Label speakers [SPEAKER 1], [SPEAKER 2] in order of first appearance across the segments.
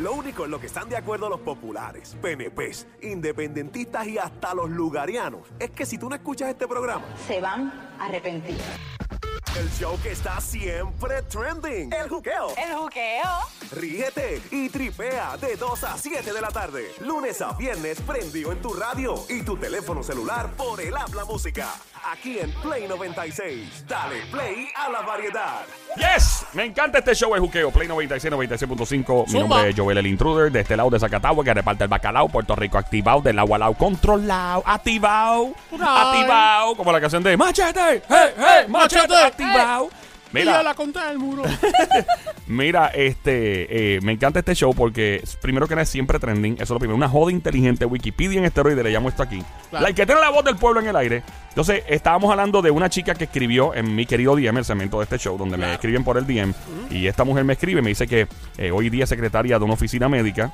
[SPEAKER 1] Lo único en lo que están de acuerdo los populares, PNPs, independentistas y hasta los lugarianos es que si tú no escuchas este programa,
[SPEAKER 2] se van a arrepentir.
[SPEAKER 1] El show que está siempre trending, el juqueo.
[SPEAKER 2] El juqueo.
[SPEAKER 1] Rígete y tripea de 2 a 7 de la tarde, lunes a viernes prendido en tu radio y tu teléfono celular por el habla música. Aquí en Play 96, dale play a la variedad.
[SPEAKER 3] Yes, me encanta este show de juqueo. Play 96, 96.5. Mi
[SPEAKER 4] Zumba.
[SPEAKER 3] nombre es Joel el Intruder, de este lado de Zacatagua, que reparte el bacalao. Puerto Rico activado, del agua al lado controlado, activado,
[SPEAKER 4] Right.
[SPEAKER 3] activado. Como la canción de Machete, hey, hey, machete,
[SPEAKER 4] Machete,
[SPEAKER 3] activado.
[SPEAKER 4] Mira.
[SPEAKER 3] Mira,
[SPEAKER 4] la contra del muro.
[SPEAKER 3] mira, este, eh, me encanta este show porque primero que nada es siempre trending, eso es lo primero, una joda inteligente, Wikipedia en esteroide, le llamo esto aquí.
[SPEAKER 4] Claro.
[SPEAKER 3] La que tiene la voz del pueblo en el aire. Entonces, estábamos hablando de una chica que escribió en mi querido DM, el segmento de este show, donde me
[SPEAKER 4] Claro.
[SPEAKER 3] escriben por el DM, y esta mujer me escribe, me dice que eh, hoy día es secretaria de una oficina médica,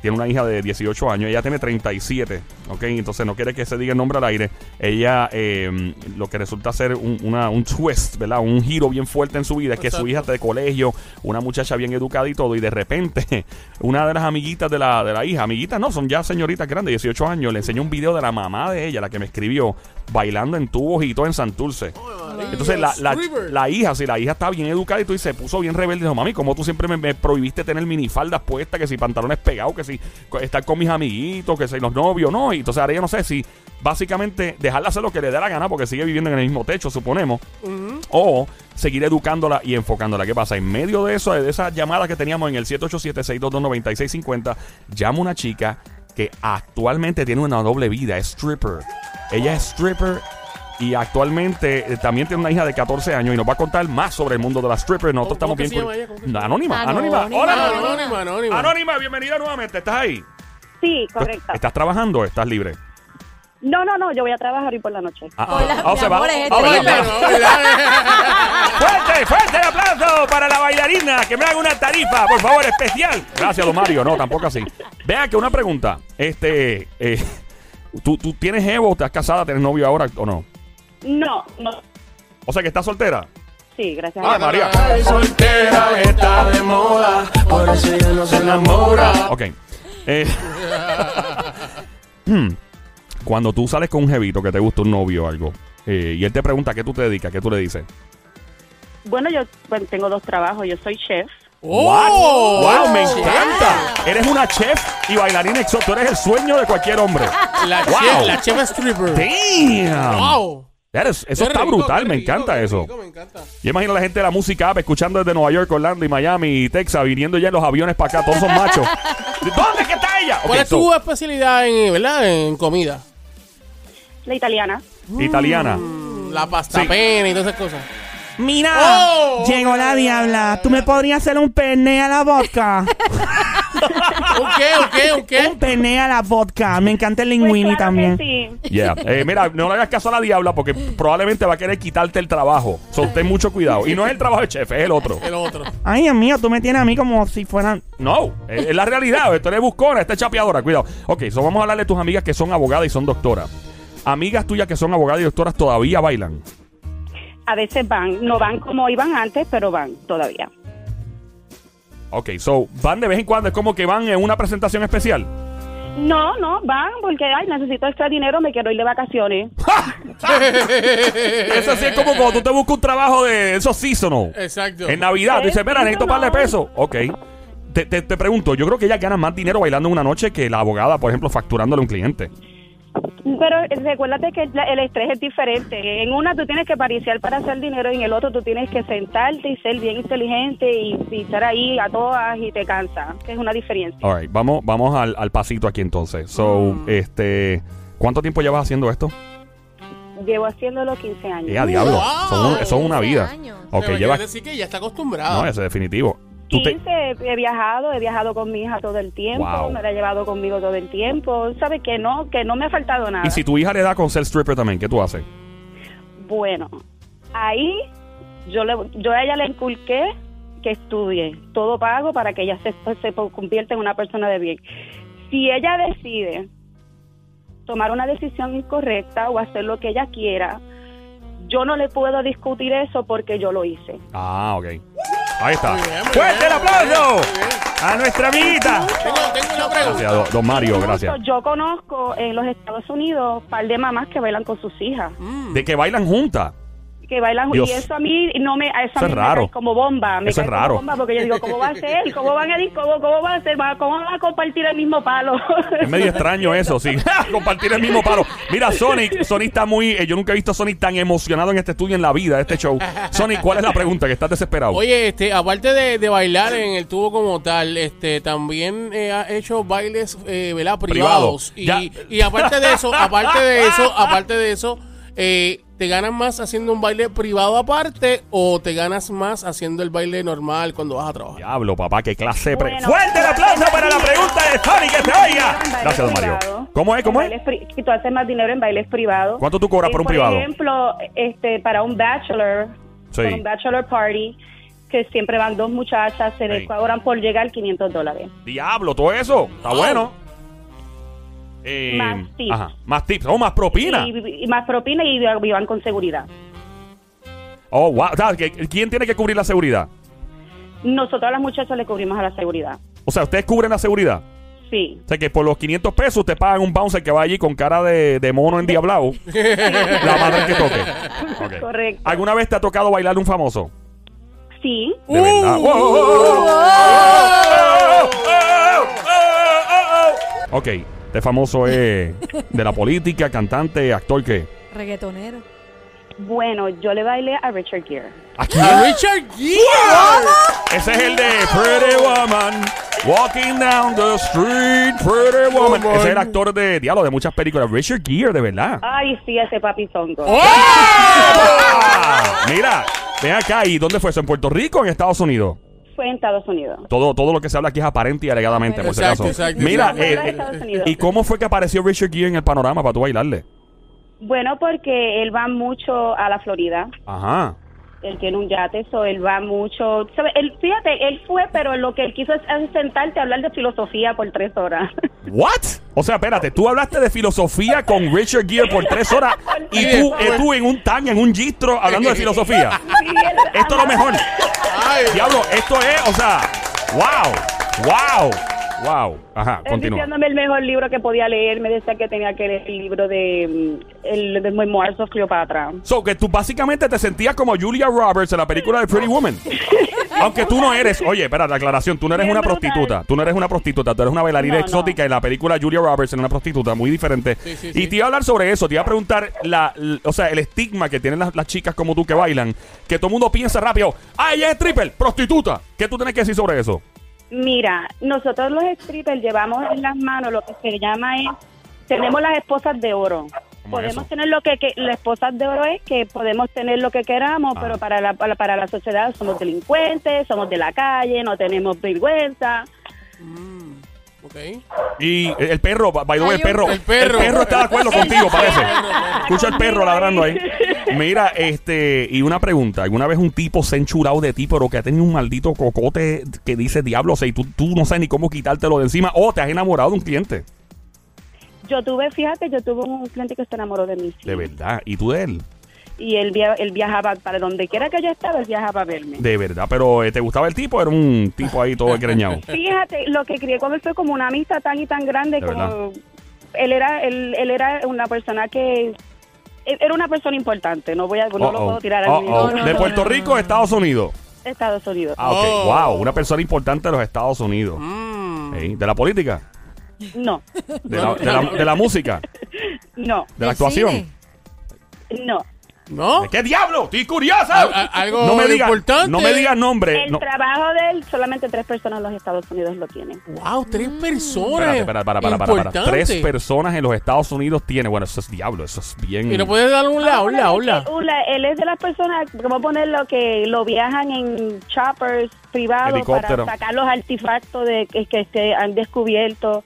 [SPEAKER 3] tiene una hija de 18 años, ella tiene 37, ¿ok? Entonces no quiere que se diga el nombre al aire. Ella, eh, lo que resulta ser un, una- un twist, ¿verdad? Un giro bien fuerte en su vida, es que su
[SPEAKER 4] Exacto.
[SPEAKER 3] hija está de colegio, una muchacha bien educada y todo, y de repente una de las amiguitas de la, de la hija, amiguitas no, son ya señoritas grandes, 18 años, le enseñó un video de la mamá de ella, la que me escribió, bailando en tubos y todo en Santurce. Entonces la, la, la hija, si la hija está bien educada y tú y se puso bien rebelde, dijo, mami, como tú siempre me, me prohibiste tener minifaldas puestas, que si pantalones pegados, que si co- estar con mis amiguitos, que si los novios, no. Y entonces ahora yo no sé si básicamente dejarla hacer lo que le dé la gana porque sigue viviendo en el mismo techo, suponemos. O seguir educándola y enfocándola. ¿Qué pasa? En medio de eso, de esas llamadas que teníamos en el 787-622-9650, llama una chica que actualmente tiene una doble vida, es stripper. Ella es stripper y actualmente eh, también tiene una hija de 14 años y nos va a contar más sobre el mundo de las strippers. Nosotros
[SPEAKER 4] ¿Cómo-
[SPEAKER 3] estamos
[SPEAKER 4] cómo
[SPEAKER 3] bien.
[SPEAKER 4] que se llama
[SPEAKER 3] curi-
[SPEAKER 4] ella? ¿Cómo que se llama?
[SPEAKER 3] anónima, anónima.
[SPEAKER 2] Anónima,
[SPEAKER 3] Hola, anónima.
[SPEAKER 2] anónima.
[SPEAKER 4] Anónima, anónima. Ah,
[SPEAKER 3] Anónima, bienvenida nuevamente. ¿Estás ahí?
[SPEAKER 5] Sí, correcto.
[SPEAKER 3] ¿Estás trabajando o estás libre?
[SPEAKER 5] No, no, no, yo voy a trabajar hoy por la noche.
[SPEAKER 3] Ah,
[SPEAKER 2] Hola, mi
[SPEAKER 3] se va.
[SPEAKER 2] amor, es
[SPEAKER 3] Ah,
[SPEAKER 2] este
[SPEAKER 3] ¿verdad?
[SPEAKER 2] libro.
[SPEAKER 4] Pero, ¿verdad?
[SPEAKER 3] Fuerte, fuerte el aplauso para la bailarina. Que me haga una tarifa, por favor, especial. Gracias, don Mario. No, tampoco así. Vea que una pregunta. Este, eh, ¿tú, ¿Tú tienes Evo? ¿Estás casada? ¿Tienes novio ahora o no?
[SPEAKER 5] No, no.
[SPEAKER 3] O sea que estás soltera.
[SPEAKER 5] Sí, gracias.
[SPEAKER 3] Ah, María.
[SPEAKER 6] Ay, soltera está de moda, por eso ella no se enamora.
[SPEAKER 3] Ok. Eh, Hmm. Cuando tú sales con un jevito que te gusta un novio o algo, eh, y él te pregunta a qué tú te dedicas, qué tú le dices.
[SPEAKER 5] Bueno, yo pues, tengo dos trabajos. Yo soy chef.
[SPEAKER 4] ¡Oh!
[SPEAKER 3] ¡Wow! ¡Me
[SPEAKER 4] Chef.
[SPEAKER 3] encanta! Eres una chef y bailarina exótica. Tú eres el sueño de cualquier hombre.
[SPEAKER 4] La,
[SPEAKER 3] Wow.
[SPEAKER 4] chef, la chef stripper.
[SPEAKER 3] ¡Damn!
[SPEAKER 4] ¡Wow!
[SPEAKER 3] That is- eso está brutal, me encanta eso.
[SPEAKER 4] me encanta.
[SPEAKER 3] Yo imagino a la gente de la música app escuchando desde Nueva York, Orlando y Miami y Texas, viniendo ya en los aviones para acá, todos son machos. ¿Dónde es que está ella?
[SPEAKER 4] ¿Cuál
[SPEAKER 3] Ok,
[SPEAKER 4] es tu
[SPEAKER 3] so,
[SPEAKER 4] especialidad en, ¿verdad? en comida?
[SPEAKER 5] La italiana.
[SPEAKER 3] italiana?
[SPEAKER 4] La pasta
[SPEAKER 3] Sí.
[SPEAKER 4] pene y todas esas cosas.
[SPEAKER 7] Mira,
[SPEAKER 4] Oh.
[SPEAKER 7] llegó la diabla. ¿Tú me podrías hacer un pene a la vodka?
[SPEAKER 4] ¿Un qué? ¿Un qué? ¿Un
[SPEAKER 7] un
[SPEAKER 4] qué?
[SPEAKER 7] pene a la vodka. Me encanta el
[SPEAKER 5] Pues,
[SPEAKER 7] linguini
[SPEAKER 5] claro que
[SPEAKER 7] también.
[SPEAKER 5] sí.
[SPEAKER 3] Yeah. Eh, mira, no le hagas caso a la diabla porque probablemente va a querer quitarte el trabajo. So, ten mucho cuidado. Y no es el trabajo del chef, es el otro.
[SPEAKER 4] El otro.
[SPEAKER 7] Ay, Dios mío, tú me tienes a mí como si fueran.
[SPEAKER 3] No, es es la realidad. Esto eres buscona, esta es chapeadora, cuidado. Ok, so vamos a hablar de tus amigas que son abogadas y son doctoras. Amigas tuyas que son abogadas y doctoras todavía bailan.
[SPEAKER 5] A veces van, no van como iban antes, pero van todavía.
[SPEAKER 3] Ok, so van de vez en cuando, es como que van en una presentación especial.
[SPEAKER 5] No, no, van porque, ay, necesito extra dinero, me quiero ir de vacaciones.
[SPEAKER 3] Eso sí es como cuando tú te buscas un trabajo de esos seasonal.
[SPEAKER 4] Exacto.
[SPEAKER 3] En Navidad, tú dices, mira, necesito un par de pesos. Ok. Te, te- te pregunto, yo creo que ellas ganan más dinero bailando en una noche que la abogada, por ejemplo, facturándole a un cliente.
[SPEAKER 5] Pero recuérdate que la- el estrés es diferente. En una tú tienes que pariciar para hacer dinero, y en el otro tú tienes que sentarte y ser bien inteligente y, y estar ahí a todas y te cansa. Es una diferencia.
[SPEAKER 3] All right, vamos, vamos al, al pasito aquí entonces. So, este, ¿cuánto tiempo llevas haciendo esto?
[SPEAKER 5] Llevo haciéndolo 15 años.
[SPEAKER 3] Eh, a diablo.
[SPEAKER 4] wow.
[SPEAKER 3] Son, un- son una
[SPEAKER 8] 15
[SPEAKER 3] vida.
[SPEAKER 8] años.
[SPEAKER 3] Ok,
[SPEAKER 4] Pero
[SPEAKER 3] llevas.
[SPEAKER 4] quiere decir que ya está acostumbrado.
[SPEAKER 3] No, eso es definitivo. Tú te-
[SPEAKER 5] 15, he viajado, he viajado con mi hija todo el tiempo,
[SPEAKER 3] Wow.
[SPEAKER 5] me la he llevado conmigo todo el tiempo, sabe que no, que no me ha faltado nada.
[SPEAKER 3] y si tu hija le da con ser stripper también, ¿qué tú haces?
[SPEAKER 5] Bueno, ahí yo, le, yo a ella le inculqué que estudie, todo pago para que ella se, se convierta en una persona de bien. Si ella decide tomar una decisión incorrecta o hacer lo que ella quiera, yo no le puedo discutir eso porque yo lo hice.
[SPEAKER 3] Ah, ok. Ahí está.
[SPEAKER 4] Muy bien, muy
[SPEAKER 3] ¡Fuerte el
[SPEAKER 4] bien, muy
[SPEAKER 3] aplauso!
[SPEAKER 4] bien, muy bien.
[SPEAKER 3] A nuestra amiguita.
[SPEAKER 4] Tengo, tengo una pregunta.
[SPEAKER 3] Gracias, don- don Mario,
[SPEAKER 5] Incluso
[SPEAKER 3] gracias.
[SPEAKER 5] Yo conozco en los Estados Unidos un par de mamás que bailan con sus hijas,
[SPEAKER 3] De que bailan juntas.
[SPEAKER 5] que bailan
[SPEAKER 3] Dios.
[SPEAKER 5] y eso a mí no me, a eso,
[SPEAKER 3] Eso
[SPEAKER 5] a
[SPEAKER 3] es
[SPEAKER 5] mí me
[SPEAKER 3] raro.
[SPEAKER 5] cae como bomba, me
[SPEAKER 3] Eso es
[SPEAKER 5] cae como
[SPEAKER 3] raro.
[SPEAKER 5] bomba porque yo digo cómo va a ser, cómo van a ir, cómo, cómo va a ser, ¿Va- cómo van a compartir el mismo palo.
[SPEAKER 3] Es medio extraño eso, sí. Compartir el mismo palo. Mira, Sonic, Sonic está muy. eh, yo nunca he visto a Sonic tan emocionado en este estudio, en la vida, de este show. Sonic, ¿cuál es la pregunta? Que estás desesperado.
[SPEAKER 4] Oye, este, aparte de, de bailar en el tubo como tal, este, también eh, ha hecho bailes, eh, ¿verdad?
[SPEAKER 3] Privado.
[SPEAKER 4] Privados.
[SPEAKER 3] Ya.
[SPEAKER 4] Y, y aparte de eso, aparte de eso, aparte de eso, eh, ¿te ganas más haciendo un baile privado aparte o te ganas más haciendo el baile normal cuando vas a trabajar?
[SPEAKER 3] Diablo, papá, qué clase de pre-
[SPEAKER 5] Bueno,
[SPEAKER 3] ¡Fuerte el aplauso para la pregunta de Sonic! ¡Que se oiga!
[SPEAKER 5] En bailes
[SPEAKER 3] Gracias, don Mario.
[SPEAKER 5] privados.
[SPEAKER 3] ¿Cómo es? ¿Cómo
[SPEAKER 5] En
[SPEAKER 3] es?
[SPEAKER 5] bailes pri- y tú haces más dinero en bailes privados. Eh,
[SPEAKER 3] ¿Cuánto tú cobras por un privado?
[SPEAKER 5] Por ejemplo, este, para un bachelor,
[SPEAKER 3] Sí.
[SPEAKER 5] para un bachelor party, que siempre van dos muchachas, se
[SPEAKER 3] Sí.
[SPEAKER 5] les cobran por llegar 500 dólares.
[SPEAKER 3] Diablo, todo eso. Está bueno. Eh,
[SPEAKER 5] Oh. Más tips.
[SPEAKER 3] Ajá, más tips. Oh, más propina.
[SPEAKER 5] Y, y más propina y vivan con seguridad.
[SPEAKER 3] Oh, wow. O sea, que- ¿Quién tiene que cubrir la seguridad?
[SPEAKER 5] Nosotros a las muchachas le cubrimos a la seguridad.
[SPEAKER 3] O sea, ustedes cubren la seguridad.
[SPEAKER 5] Sí.
[SPEAKER 3] O sea, que por los 500 pesos ustedes pagan un bouncer que va allí con cara de, de mono endiablado. la madre que toque. Ok.
[SPEAKER 5] Correcto.
[SPEAKER 3] ¿Alguna vez te ha tocado bailar un famoso?
[SPEAKER 5] Sí.
[SPEAKER 3] De verdad. Wow,
[SPEAKER 4] Uh.
[SPEAKER 3] wow, wow, wow, wow, wow, wow, wow, wow, wow. Ok, este famoso es de la política, cantante, actor que...
[SPEAKER 8] Reggaetonero.
[SPEAKER 5] Bueno, yo le bailé a Richard Gere.
[SPEAKER 3] Aquí.
[SPEAKER 4] ¡A Richard Gere!
[SPEAKER 3] Ese es el de Pretty Woman. Walking down the street, Pretty Woman.
[SPEAKER 4] Woman.
[SPEAKER 3] Ese es el actor de diálogo de muchas películas. Richard Gere, de verdad.
[SPEAKER 5] Ay, sí, ese papi songo.
[SPEAKER 4] Oh.
[SPEAKER 3] ¡Ah! Mira, ven acá. ¿Y dónde fue eso? ¿En Puerto Rico o en Estados Unidos?
[SPEAKER 5] Fue en Estados Unidos.
[SPEAKER 3] Todo, todo lo que se habla aquí es aparente y alegadamente, por si
[SPEAKER 4] Exacto,
[SPEAKER 3] acaso.
[SPEAKER 4] exacto,
[SPEAKER 3] Mira,
[SPEAKER 4] exacto.
[SPEAKER 3] eh,
[SPEAKER 5] Fuera de Estados Unidos.
[SPEAKER 3] ¿y cómo fue que apareció Richard Gere en el panorama para tú bailarle?
[SPEAKER 5] Bueno, porque él va mucho a la Florida.
[SPEAKER 3] Ajá.
[SPEAKER 5] Él tiene un yate, so él va mucho. ¿sabe? Él, fíjate, él fue, pero lo que él quiso es, es sentarte a hablar de filosofía por tres horas.
[SPEAKER 3] ¿What? O sea, espérate, tú hablaste de filosofía con Richard Gere por tres horas y tú,
[SPEAKER 4] pues.
[SPEAKER 3] eh, tú en un tan, en un gistro, hablando de filosofía. Esto es lo mejor.
[SPEAKER 4] Ay,
[SPEAKER 3] Diablo, esto es, o sea, wow, wow, wow. Ajá,
[SPEAKER 5] Él
[SPEAKER 3] continúa.
[SPEAKER 5] diciéndome el mejor libro que podía leer, me decía que tenía que leer el libro de mm, el de Memoirs of Cleopatra.
[SPEAKER 3] So, que tú básicamente te sentías como Julia Roberts en la película de Pretty Woman. Aunque tú no eres, oye, espera, la aclaración, tú no eres
[SPEAKER 5] Bien
[SPEAKER 3] una
[SPEAKER 5] brutal.
[SPEAKER 3] prostituta, tú no eres una prostituta, tú eres una bailarina
[SPEAKER 5] No, no.
[SPEAKER 3] exótica en la película Julia Roberts era una prostituta, muy diferente.
[SPEAKER 4] Sí, sí,
[SPEAKER 3] y
[SPEAKER 4] sí.
[SPEAKER 3] te iba a hablar sobre eso, te iba a preguntar, la, l- o sea, el estigma que tienen las, las chicas como tú que bailan, que todo el mundo piensa rápido, ah, ella es stripper, prostituta. ¿Qué tú tienes que decir sobre eso?
[SPEAKER 5] Mira, nosotros los strippers llevamos en las manos lo que se llama es, tenemos las esposas de oro.
[SPEAKER 3] ¿Cómo es
[SPEAKER 5] Podemos
[SPEAKER 3] eso?
[SPEAKER 5] tener lo que, que las esposas de oro es que podemos tener lo que queramos,
[SPEAKER 3] Ah.
[SPEAKER 5] pero para la, para, para la sociedad somos delincuentes, somos de la calle, no tenemos vergüenza.
[SPEAKER 4] ok.
[SPEAKER 3] Y el- el perro, by the way,
[SPEAKER 8] Hay
[SPEAKER 3] el
[SPEAKER 8] un-
[SPEAKER 3] perro, el
[SPEAKER 4] el
[SPEAKER 3] perro,
[SPEAKER 4] perro.
[SPEAKER 3] está de acuerdo contigo, parece.
[SPEAKER 4] perro.
[SPEAKER 3] Escucha el perro ladrando ahí. Mira, este, y una pregunta, ¿alguna vez un tipo se ha enchulado de ti, pero que ha tenido un maldito cocote que dice diablo, o sea, y tú, tú no sabes ni cómo quitártelo de encima, o te has enamorado de un cliente?
[SPEAKER 5] Yo tuve, fíjate, yo tuve un cliente que se enamoró de mí. sí.
[SPEAKER 3] De verdad, y tú de él,
[SPEAKER 5] Y él, via- él viajaba para donde quiera que yo estaba, él viajaba a verme.
[SPEAKER 3] de verdad, pero eh, ¿te gustaba el tipo? Era un tipo ahí todo creñado.
[SPEAKER 5] Fíjate, lo que crié con él fue como una amistad tan y tan grande
[SPEAKER 3] De verdad.
[SPEAKER 5] como él era él, él era una persona que él era una persona importante, no voy a no
[SPEAKER 8] Pues
[SPEAKER 5] lo puedo tirar a
[SPEAKER 8] No, no,
[SPEAKER 3] De
[SPEAKER 8] no,
[SPEAKER 3] Puerto
[SPEAKER 8] no, no,
[SPEAKER 3] Rico a Estados Unidos.
[SPEAKER 5] Estados Unidos.
[SPEAKER 3] Ah, ok.
[SPEAKER 4] Oh.
[SPEAKER 3] Wow, una persona importante de los Estados Unidos.
[SPEAKER 4] Mm.
[SPEAKER 3] Ey, ¿De la política?
[SPEAKER 5] No,
[SPEAKER 3] ¿De la- de la- de la música? ¿De
[SPEAKER 5] no,
[SPEAKER 3] la
[SPEAKER 8] ¿Del
[SPEAKER 3] actuación?
[SPEAKER 8] cine?
[SPEAKER 5] no.
[SPEAKER 4] ¿No?
[SPEAKER 3] ¿De qué diablo? ¡Estoy curiosa!
[SPEAKER 4] Al- al- algo
[SPEAKER 3] no me digas,
[SPEAKER 4] importante.
[SPEAKER 3] No me digas nombre.
[SPEAKER 5] El
[SPEAKER 3] Eh, No.
[SPEAKER 5] trabajo de él solamente tres personas en los Estados Unidos lo tienen.
[SPEAKER 4] Wow, tres personas.
[SPEAKER 3] Espérate, Mm. espérate, para, para, para, para.
[SPEAKER 4] Importante.
[SPEAKER 3] Tres personas en los Estados Unidos tiene. Bueno, eso es diablo, eso es bien.
[SPEAKER 4] Y no puedes dar un la, un la, un la.
[SPEAKER 5] Hola, él es de las personas, vamos a ponerlo que lo viajan en choppers privados
[SPEAKER 3] Helicóptero.
[SPEAKER 5] para sacar los artefactos de que, que se han descubierto.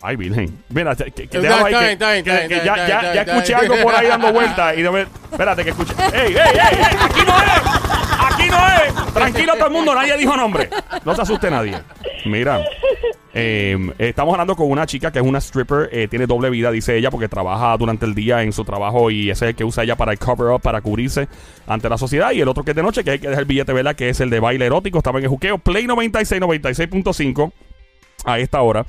[SPEAKER 3] Ay, virgen. Mira, que, que- que
[SPEAKER 4] Está
[SPEAKER 3] déjalo ahí
[SPEAKER 4] bien,
[SPEAKER 3] que-
[SPEAKER 4] está bien,
[SPEAKER 3] que-
[SPEAKER 4] está bien,
[SPEAKER 3] que
[SPEAKER 4] está
[SPEAKER 3] ya,
[SPEAKER 4] bien,
[SPEAKER 3] ya,
[SPEAKER 4] está
[SPEAKER 3] ya
[SPEAKER 4] bien,
[SPEAKER 3] escuché
[SPEAKER 4] está bien.
[SPEAKER 3] algo por ahí dando vuelta. Y no me- espérate, que escuché. ¡Ey, ey, ey! ey! ¡Aquí no es! ¡Aquí no es! Tranquilo todo el mundo, nadie dijo nombre. No se asuste nadie. Mira, Eh, estamos hablando con una chica que es una stripper, eh, tiene doble vida, dice ella, porque trabaja durante el día en su trabajo y ese es el que usa ella para el cover up, para cubrirse ante la sociedad. Y el otro que es de noche, que hay que dejar el billete, ¿verdad? Que es el de baile erótico. Estaba en el juqueo, Play 96, 96.5 a esta hora.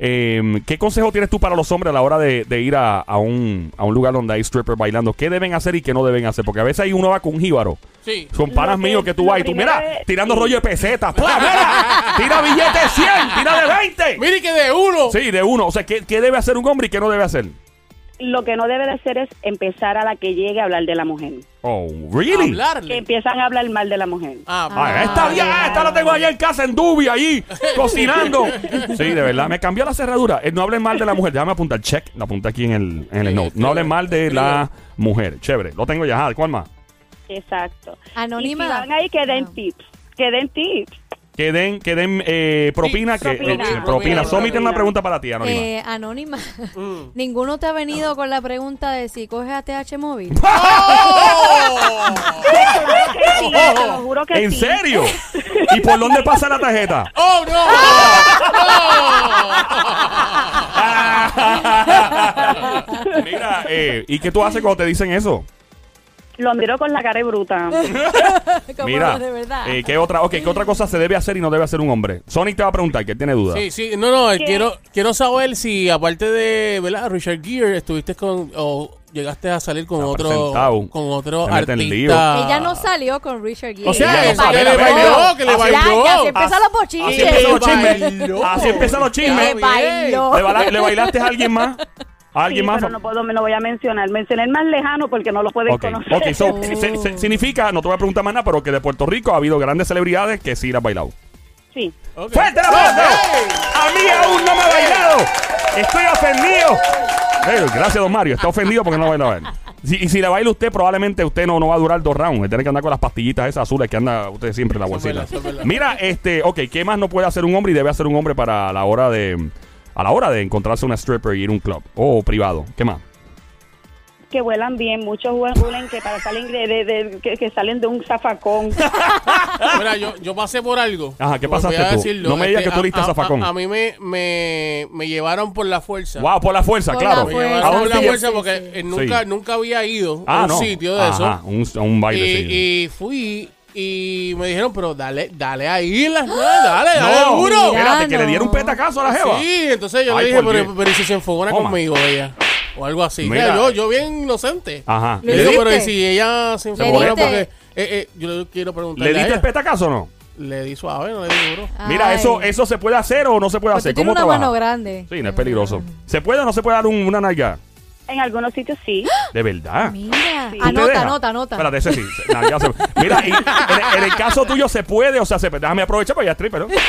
[SPEAKER 3] Eh, ¿Qué consejo tienes tú para los hombres a la hora de, de ir a, a un, a un lugar donde hay stripper bailando? ¿Qué deben hacer y qué no deben hacer? Porque a veces ahí uno va con un jíbaro.
[SPEAKER 4] Sí.
[SPEAKER 3] Son panas
[SPEAKER 5] Lo que-
[SPEAKER 3] míos que tú
[SPEAKER 5] lo
[SPEAKER 3] vas y tú,
[SPEAKER 5] primero
[SPEAKER 3] mira,
[SPEAKER 5] es-
[SPEAKER 3] tirando
[SPEAKER 5] sí.
[SPEAKER 3] rollo de pesetas. ¡Pla, mira! ¡Tira billete de 100! ¡Tira de 20!
[SPEAKER 4] Mire que de uno.
[SPEAKER 3] Sí, de uno. O sea, ¿qué, qué debe hacer un hombre y qué no debe hacer?
[SPEAKER 5] Lo que no debe de hacer es empezar a la que llegue a hablar de la mujer.
[SPEAKER 3] Oh, ¿really?
[SPEAKER 5] Que
[SPEAKER 4] Hablarle.
[SPEAKER 5] empiezan a hablar mal de la mujer.
[SPEAKER 4] Ah,
[SPEAKER 3] Ah,
[SPEAKER 4] vale.
[SPEAKER 3] esta, día, esta la tengo allá en casa en Dubi, ahí, cocinando. Sí, de verdad. Me cambió la cerradura. Eh, no hablen mal de la mujer. Déjame apuntar. Check. La apunta aquí en el, en el
[SPEAKER 4] Sí,
[SPEAKER 3] note.
[SPEAKER 4] sí,
[SPEAKER 3] No hablen
[SPEAKER 4] sí.
[SPEAKER 3] mal de la mujer. Chévere. Lo tengo ya. Ah, ¿Cuál más?
[SPEAKER 5] Exacto.
[SPEAKER 8] Anónima.
[SPEAKER 5] Y si van ahí, que den
[SPEAKER 8] Ah.
[SPEAKER 5] tips. Que den tips.
[SPEAKER 3] Que den, que den eh, propina.
[SPEAKER 4] Sí,
[SPEAKER 3] que,
[SPEAKER 5] propina,
[SPEAKER 3] eh, eh, propina.
[SPEAKER 4] propina,
[SPEAKER 3] Somi, tiene una
[SPEAKER 5] propina.
[SPEAKER 3] pregunta para ti, Anónima.
[SPEAKER 8] Eh, anónima. Ninguno te ha venido con la pregunta de si coges ATH móvil.
[SPEAKER 4] ¡Oh!
[SPEAKER 5] Sí, te lo juro que
[SPEAKER 3] ¿En
[SPEAKER 5] sí.
[SPEAKER 3] serio? ¿Y por dónde pasa la tarjeta?
[SPEAKER 4] ¡Oh, no!
[SPEAKER 3] Ah. Mira, eh, ¿y qué tú haces cuando te dicen eso?
[SPEAKER 5] Lo miro con la cara de bruta.
[SPEAKER 8] Como
[SPEAKER 3] Mira,
[SPEAKER 8] de verdad.
[SPEAKER 3] eh, ¿qué, otra, ok, ¿qué otra cosa se debe hacer y no debe hacer un hombre? Sonic te va a preguntar, que tiene dudas.
[SPEAKER 4] Sí, sí, no, no, eh,
[SPEAKER 5] ¿Qué?
[SPEAKER 4] quiero, quiero saber si aparte de, ¿verdad? Richard Gere, estuviste con, o llegaste a salir con
[SPEAKER 3] Está
[SPEAKER 4] otro,
[SPEAKER 3] presentado.
[SPEAKER 4] con otro
[SPEAKER 3] Te mete en
[SPEAKER 4] artista.
[SPEAKER 8] Ella no salió con Richard Gere.
[SPEAKER 4] O sea,
[SPEAKER 8] Ella
[SPEAKER 3] es que
[SPEAKER 8] bailó.
[SPEAKER 3] le bailó,
[SPEAKER 4] que le
[SPEAKER 8] Ya,
[SPEAKER 4] bailó.
[SPEAKER 8] Ya, se empiezan los
[SPEAKER 3] Así
[SPEAKER 8] bochinches.
[SPEAKER 3] empiezan los
[SPEAKER 4] Sí,
[SPEAKER 3] chismes.
[SPEAKER 4] Ah, bailó.
[SPEAKER 3] Así empiezan los chismes.
[SPEAKER 8] Le bailó.
[SPEAKER 3] ¿Le, baila- le bailaste a alguien más? ¿A
[SPEAKER 5] Sí,
[SPEAKER 3] alguien más?
[SPEAKER 5] pero no puedo, no voy a mencionar. Mencioné el más lejano porque no lo pueden
[SPEAKER 3] Ok,
[SPEAKER 5] conocer.
[SPEAKER 3] ok, so,
[SPEAKER 8] Oh.
[SPEAKER 3] se- se- significa, no te voy a preguntar más nada, pero que de Puerto Rico ha habido grandes celebridades que sí las han bailado.
[SPEAKER 5] Sí.
[SPEAKER 4] Ok.
[SPEAKER 3] ¡Fuerte el aplauso! ¡A mí aún no me ha bailado! ¡Estoy ofendido! Pero, gracias, don Mario. Está ofendido porque no baila a él. Si- y si la baila usted, probablemente usted no, no va a durar dos rounds. Tiene que andar con las pastillitas esas azules que anda usted siempre en la
[SPEAKER 4] Eso es
[SPEAKER 3] bolsita.
[SPEAKER 4] verdad, eso es verdad.
[SPEAKER 3] Mira, este, ok, ¿qué más no puede hacer un hombre y debe hacer un hombre para la hora de. A la hora de encontrarse una stripper y ir a un club o privado? ¿Qué más?
[SPEAKER 5] Que vuelan bien. Muchos vuelan que para salen de, de- de- que, que salen de un zafacón.
[SPEAKER 4] Mira, yo, yo pasé por algo.
[SPEAKER 3] Ajá, ¿qué
[SPEAKER 4] Voy-
[SPEAKER 3] pasaste
[SPEAKER 4] voy a
[SPEAKER 3] tú?
[SPEAKER 4] decirlo. este,
[SPEAKER 3] No me digas que tú leíste
[SPEAKER 4] a- a-
[SPEAKER 3] zafacón.
[SPEAKER 4] A, a mí me, me, me llevaron por la fuerza.
[SPEAKER 3] ¡Wow! Por la fuerza,
[SPEAKER 8] Por
[SPEAKER 3] claro.
[SPEAKER 8] la
[SPEAKER 4] Me
[SPEAKER 8] Pues,
[SPEAKER 4] llevaron
[SPEAKER 3] ¿A
[SPEAKER 4] por
[SPEAKER 3] dónde
[SPEAKER 4] la
[SPEAKER 3] te
[SPEAKER 4] fuerza
[SPEAKER 3] llevaron?
[SPEAKER 4] porque eh, nunca,
[SPEAKER 3] Sí.
[SPEAKER 4] nunca había ido
[SPEAKER 3] Ah,
[SPEAKER 4] a un
[SPEAKER 3] no.
[SPEAKER 4] sitio de
[SPEAKER 3] Ajá,
[SPEAKER 4] eso.
[SPEAKER 3] Un, a un baile, sí.
[SPEAKER 4] y, y fui y me dijeron, pero dale, dale ahí las nuevas, dale, dale
[SPEAKER 3] No,
[SPEAKER 4] duro.
[SPEAKER 8] Mira,
[SPEAKER 3] espérate, que le
[SPEAKER 8] no.
[SPEAKER 3] dieron un petacazo a la jeva.
[SPEAKER 4] Sí, entonces yo
[SPEAKER 3] Ay,
[SPEAKER 4] le dije,
[SPEAKER 3] por
[SPEAKER 4] pero,
[SPEAKER 3] Dios.
[SPEAKER 4] pero ¿y si se enfogona
[SPEAKER 3] Toma.
[SPEAKER 4] conmigo ella. O algo así.
[SPEAKER 3] Mira.
[SPEAKER 4] O sea, yo, yo bien inocente.
[SPEAKER 3] Ajá.
[SPEAKER 4] Le
[SPEAKER 8] ¿Le
[SPEAKER 4] digo,
[SPEAKER 8] diste?
[SPEAKER 4] pero ¿y si ella se
[SPEAKER 8] ¿Le
[SPEAKER 4] enfogona
[SPEAKER 8] diste?
[SPEAKER 4] porque... eh, eh, yo le quiero preguntar.
[SPEAKER 3] ¿Le diste el petacazo o no?
[SPEAKER 4] Le di suave, no le di duro.
[SPEAKER 3] Mira,
[SPEAKER 8] Ay.
[SPEAKER 3] eso, eso se puede hacer o no se puede
[SPEAKER 8] Pues tú
[SPEAKER 3] hacer.
[SPEAKER 8] tienes
[SPEAKER 3] ¿Cómo
[SPEAKER 8] una
[SPEAKER 3] trabaja?
[SPEAKER 8] mano grande.
[SPEAKER 3] Sí, no es peligroso. ¿Se puede o no se puede dar un- una nalga?
[SPEAKER 5] En algunos sitios sí.
[SPEAKER 3] De verdad.
[SPEAKER 8] Mira.
[SPEAKER 5] Sí.
[SPEAKER 3] ¿Tú te
[SPEAKER 8] Anota,
[SPEAKER 3] dejas?
[SPEAKER 8] anota, anota.
[SPEAKER 3] Espérate, ese sí. se- nalga se- Mira, y en, en el caso tuyo se puede, o sea, se, déjame aprovechar para ya stripper, ¿no? ¡Toma,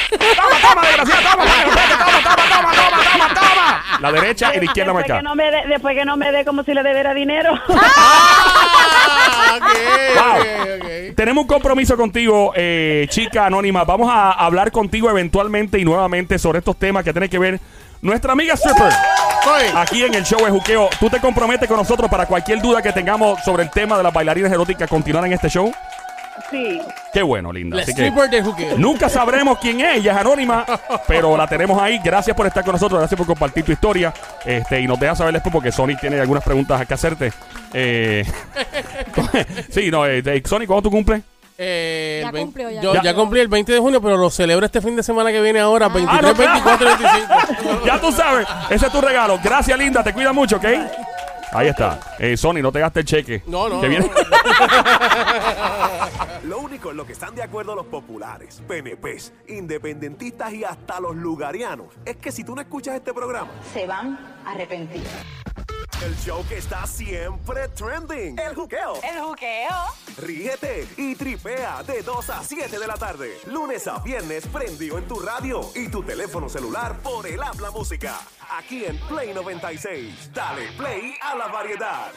[SPEAKER 3] toma, desgraciada! ¡Toma, toma, toma, toma, toma, toma, toma, toma! La derecha y la izquierda
[SPEAKER 5] después,
[SPEAKER 3] marcada.
[SPEAKER 5] que no me dé- después que no me dé como si le debiera dinero.
[SPEAKER 4] Ah, ok, ok, ok.
[SPEAKER 3] Tenemos un compromiso contigo, eh, chica anónima. Vamos a hablar contigo eventualmente y nuevamente sobre estos temas que tienen que ver nuestra amiga stripper.
[SPEAKER 4] Soy.
[SPEAKER 3] Aquí en el show de Juqueo, ¿tú te comprometes con nosotros para cualquier duda que tengamos sobre el tema de las bailarinas eróticas continuar en este show?
[SPEAKER 5] sí.
[SPEAKER 3] Qué bueno, linda.
[SPEAKER 4] La
[SPEAKER 3] Así que
[SPEAKER 4] stripper de juqueo.
[SPEAKER 3] nunca sabremos quién es, ella es anónima, pero la tenemos ahí. Gracias por estar con nosotros, gracias por compartir tu historia. Este, y nos deja saber después porque Sony tiene algunas preguntas que hacerte. Eh, sí, no, eh, Sony, ¿cuándo tú cumples?
[SPEAKER 4] Eh, el
[SPEAKER 8] Ya
[SPEAKER 4] 20
[SPEAKER 8] cumplió, ya
[SPEAKER 4] yo-
[SPEAKER 8] cumplió.
[SPEAKER 4] ya cumplí el 20 de junio, pero lo celebro este fin de semana que viene
[SPEAKER 8] Ah,
[SPEAKER 4] ahora, 23,
[SPEAKER 3] no, claro.
[SPEAKER 4] 24, 25.
[SPEAKER 3] Ya tú sabes, ese es tu regalo. Gracias, linda, te cuida mucho, ¿ok? Ahí está. Eh, Sony, no te gastes el cheque.
[SPEAKER 4] No, no,
[SPEAKER 3] Que
[SPEAKER 4] no.
[SPEAKER 3] viene-
[SPEAKER 1] Lo único en lo que están de acuerdo los populares, PNPs, independentistas y hasta los lugarianos es que si tú no escuchas este programa,
[SPEAKER 2] Se van a arrepentir.
[SPEAKER 1] el show que está siempre trending, el juqueo,
[SPEAKER 2] El juqueo.
[SPEAKER 1] ríete y tripea de 2 a 7 de la tarde, lunes a viernes prendido en tu radio y tu teléfono celular por el habla música, aquí en Play 96. Dale play a la variedad.